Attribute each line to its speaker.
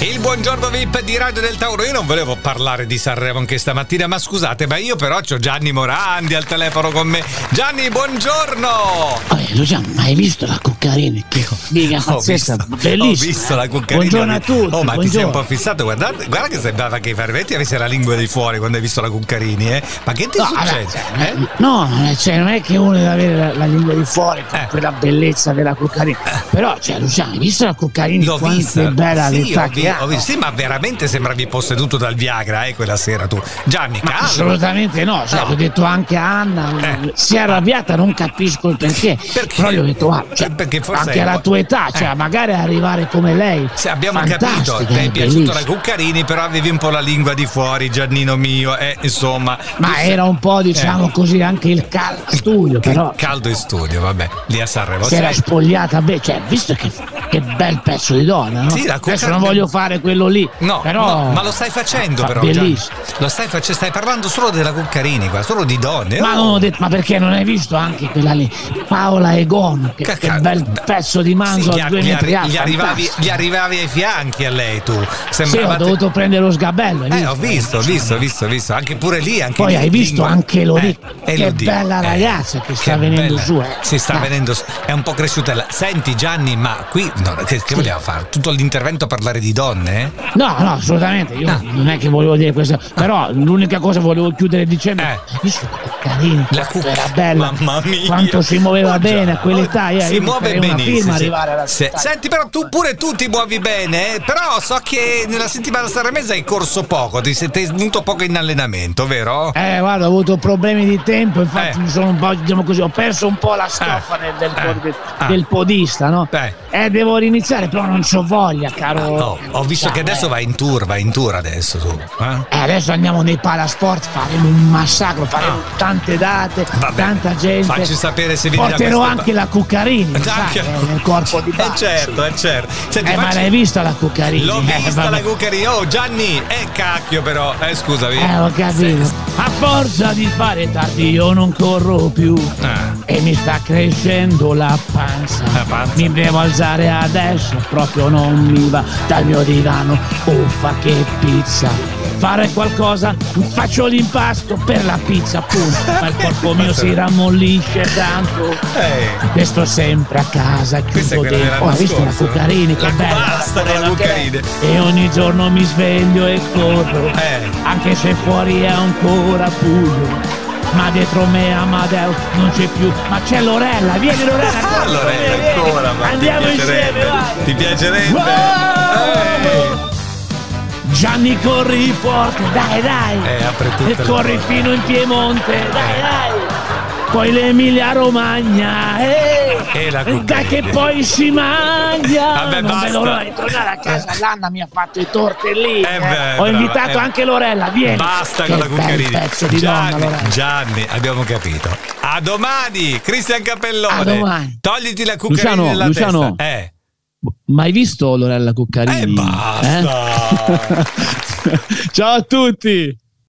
Speaker 1: Il buongiorno VIP di Radio del Tauro. Io non volevo parlare di Sanremo anche stamattina, ma scusate, ma io però ho Gianni Morandi al telefono con me. Gianni, buongiorno!
Speaker 2: Allora, Gian, ma hai visto la cuccarina? Che mica
Speaker 1: Ho
Speaker 2: pazzesca,
Speaker 1: visto-
Speaker 2: bellissima.
Speaker 1: Ho visto la
Speaker 2: eh.
Speaker 1: cuccarina.
Speaker 2: Buongiorno a tutti.
Speaker 1: Oh, ma ti sei un po'
Speaker 2: buongiorno.
Speaker 1: fissato. Guardate, guarda che sembrava che veramente avesse la lingua di fuori quando hai visto la Cuccarini, eh? Ma che ti
Speaker 2: No,
Speaker 1: succede?
Speaker 2: vabbè, cioè,
Speaker 1: eh?
Speaker 2: no, non è- cioè, non è che uno deve avere la, la lingua di fuori con
Speaker 1: Eh.
Speaker 2: quella bellezza della Cuccarini. Però, cioè, Luciano, hai visto la Cuccarini
Speaker 1: L'ho
Speaker 2: quanto
Speaker 1: vista.
Speaker 2: è bella
Speaker 1: sì,
Speaker 2: l'età
Speaker 1: ho vi-
Speaker 2: che
Speaker 1: ho
Speaker 2: ha?
Speaker 1: visto. Sì, ma veramente sembravi posseduto dal Viagra, eh, quella sera tu. Gianni,
Speaker 2: Ma
Speaker 1: calma.
Speaker 2: assolutamente no, cioè,
Speaker 1: No.
Speaker 2: l'ho detto anche a Anna,
Speaker 1: Eh.
Speaker 2: si è arrabbiata, non capisco il perché.
Speaker 1: Perché?
Speaker 2: Però gli ho detto, ah, cioè,
Speaker 1: Eh, perché forse
Speaker 2: anche
Speaker 1: è un
Speaker 2: alla
Speaker 1: po'-
Speaker 2: tua età, cioè,
Speaker 1: Eh.
Speaker 2: magari arrivare come lei.
Speaker 1: Sì, abbiamo
Speaker 2: fantastica,
Speaker 1: capito, ti è piaciuta
Speaker 2: bellissima.
Speaker 1: la Cuccarini, però avevi un po' la lingua di fuori, Giannino mio, eh, insomma.
Speaker 2: Ma era un po',
Speaker 1: Eh.
Speaker 2: diciamo così, anche il studio, però
Speaker 1: Caldo in studio, vabbè, lì a Sanremo.
Speaker 2: si era
Speaker 1: Senti,
Speaker 2: spogliata bene, cioè, visto che, che bel pezzo di donna, no?
Speaker 1: Sì, la
Speaker 2: Adesso
Speaker 1: Cucca-
Speaker 2: non voglio fare quello lì,
Speaker 1: No,
Speaker 2: però...
Speaker 1: no, ma lo stai facendo
Speaker 2: fa
Speaker 1: però. Gianni.
Speaker 2: bellissimo.
Speaker 1: Lo stai facendo, stai parlando solo della Cuccarini qua, solo di donne.
Speaker 2: Ma,
Speaker 1: oh.
Speaker 2: non ho detto, ma perché non hai visto anche quella lì? Paola Egon, che,
Speaker 1: Cacca-
Speaker 2: che bel pezzo di
Speaker 1: Sì,
Speaker 2: manzo
Speaker 1: gli,
Speaker 2: a
Speaker 1: ar-
Speaker 2: due
Speaker 1: gli arri-
Speaker 2: metri alta,
Speaker 1: gli arrivavi,
Speaker 2: fantastico.
Speaker 1: gli arrivavi ai fianchi a lei tu.
Speaker 2: Sì, ho
Speaker 1: Sembravate...
Speaker 2: dovuto prendere lo sgabello. hai
Speaker 1: Eh, ho visto, ho visto, ho visto, ho visto. Anche pure lì. Anche
Speaker 2: Poi
Speaker 1: lì,
Speaker 2: hai visto
Speaker 1: lingua-
Speaker 2: anche Lodi.
Speaker 1: eh,
Speaker 2: Che
Speaker 1: Elodie,
Speaker 2: bella ragazza che sta venendo su, eh.
Speaker 1: eh, Si sta
Speaker 2: Dai.
Speaker 1: venendo su. È un po' cresciutella. Senti Gianni, ma qui no, che, che vogliamo fare? Tutto l'intervento a parlare di donne? eh?
Speaker 2: No, no, assolutamente, io
Speaker 1: Ah.
Speaker 2: non è che volevo dire questo, però l'unica cosa che volevo chiudere dicendo
Speaker 1: Eh.
Speaker 2: hai visto che carino,
Speaker 1: La
Speaker 2: quanto
Speaker 1: cucca-
Speaker 2: era bella,
Speaker 1: Mamma mia.
Speaker 2: quanto si muoveva
Speaker 1: Oh,
Speaker 2: bene a
Speaker 1: già.
Speaker 2: quell'età, eh, io
Speaker 1: si
Speaker 2: io
Speaker 1: muove
Speaker 2: farei una firma
Speaker 1: benissimo. sì.
Speaker 2: arrivare alla
Speaker 1: Se-
Speaker 2: città.
Speaker 1: Senti, però tu pure tu ti muovi bene, eh? però so che nella settimana sanremese hai corso poco, ti sei tenuto poco in allenamento, vero?
Speaker 2: Eh, guarda, ho avuto problemi di tempo, infatti
Speaker 1: Eh.
Speaker 2: mi sono un po', diciamo così, ho perso un po' la stoffa del, del-
Speaker 1: Eh.
Speaker 2: del-
Speaker 1: Ah.
Speaker 2: del podista, no?
Speaker 1: Eh.
Speaker 2: Eh, devo riniziare, però non c'ho voglia, caro.
Speaker 1: Oh, ho visto che
Speaker 2: Ciao,
Speaker 1: adesso
Speaker 2: eh.
Speaker 1: vai in tour, vai in tour adesso tu. eh?
Speaker 2: Eh, adesso andiamo nei palasport, faremo un massacro, faremo
Speaker 1: Ah.
Speaker 2: tante date,
Speaker 1: Va bene.
Speaker 2: tanta gente.
Speaker 1: Facci sapere se vieni da
Speaker 2: Porterò
Speaker 1: queste
Speaker 2: anche
Speaker 1: pa-
Speaker 2: la Cuccarini, lo sai,
Speaker 1: Anche-
Speaker 2: eh, nel corpo di
Speaker 1: Eh
Speaker 2: Bacci.
Speaker 1: certo, eh certo. Senti,
Speaker 2: Eh, ma
Speaker 1: facci-
Speaker 2: l'hai vista la Cuccarini?
Speaker 1: L'ho
Speaker 2: eh,
Speaker 1: vista la
Speaker 2: vabbè.
Speaker 1: Cuccarini. Oh, Gianni, eh cacchio però, eh scusami.
Speaker 2: Eh, ho capito. A forza di fare tardi io non corro più.
Speaker 1: Ah.
Speaker 2: E mi sta crescendo la panza.
Speaker 1: La panza.
Speaker 2: Mi devo alzare adesso, proprio non mi va dal mio divano. Uffa che pizza. Fare qualcosa, faccio l'impasto per la pizza, appunto. Ma il corpo mio si rammollisce tanto.
Speaker 1: Eh.
Speaker 2: E sto sempre a casa,
Speaker 1: Questa è
Speaker 2: chiudo
Speaker 1: quella
Speaker 2: dentro.
Speaker 1: dell'anno
Speaker 2: Oh, hai visto la
Speaker 1: scorso, no?
Speaker 2: Cuccarini? Che
Speaker 1: La
Speaker 2: bella!
Speaker 1: cubasta
Speaker 2: la
Speaker 1: della
Speaker 2: Cuccarini.
Speaker 1: Cuccarini.
Speaker 2: E ogni giorno mi sveglio e corro.
Speaker 1: Eh.
Speaker 2: Anche se fuori è ancora buio. Ma dietro me Amadeo non c'è più. Ma c'è Lorella, vieni Lorella! corri,
Speaker 1: Ah, Lorella,
Speaker 2: vieni, vieni.
Speaker 1: ancora, ma
Speaker 2: Andiamo
Speaker 1: ti piacerebbe.
Speaker 2: insieme, vai!
Speaker 1: Ti piacerebbe?
Speaker 2: Wow! Gianni corri forte, dai dai!
Speaker 1: Eh, apre tutte
Speaker 2: e
Speaker 1: le Eh.
Speaker 2: corri
Speaker 1: porte.
Speaker 2: fino in Piemonte, dai dai! Poi l'Emilia Romagna, eh!
Speaker 1: E la
Speaker 2: dai
Speaker 1: Cuccarini.
Speaker 2: che poi si mangia!
Speaker 1: Vabbè,
Speaker 2: non
Speaker 1: basta.
Speaker 2: vedo l'ora di tornare a casa, l'Anna mi ha fatto i tortellini!
Speaker 1: Eh, beh,
Speaker 2: Ho
Speaker 1: brava,
Speaker 2: invitato
Speaker 1: eh.
Speaker 2: anche Lorella, vieni!
Speaker 1: Basta
Speaker 2: Che
Speaker 1: con la
Speaker 2: bel
Speaker 1: Cuccarini.
Speaker 2: pezzo di donna,
Speaker 1: Gianni,
Speaker 2: Lorella.
Speaker 1: Gianni, abbiamo capito. A domani, Cristian Cappellone.
Speaker 2: A domani.
Speaker 1: Togliti la Cuccarini
Speaker 3: Luciano,
Speaker 1: dalla
Speaker 3: Luciano.
Speaker 1: testa. Eh.
Speaker 3: Mai
Speaker 2: Eh,
Speaker 3: visto Lorella Cuccarini?
Speaker 1: Eh, basta.
Speaker 3: Eh? Ciao a tutti!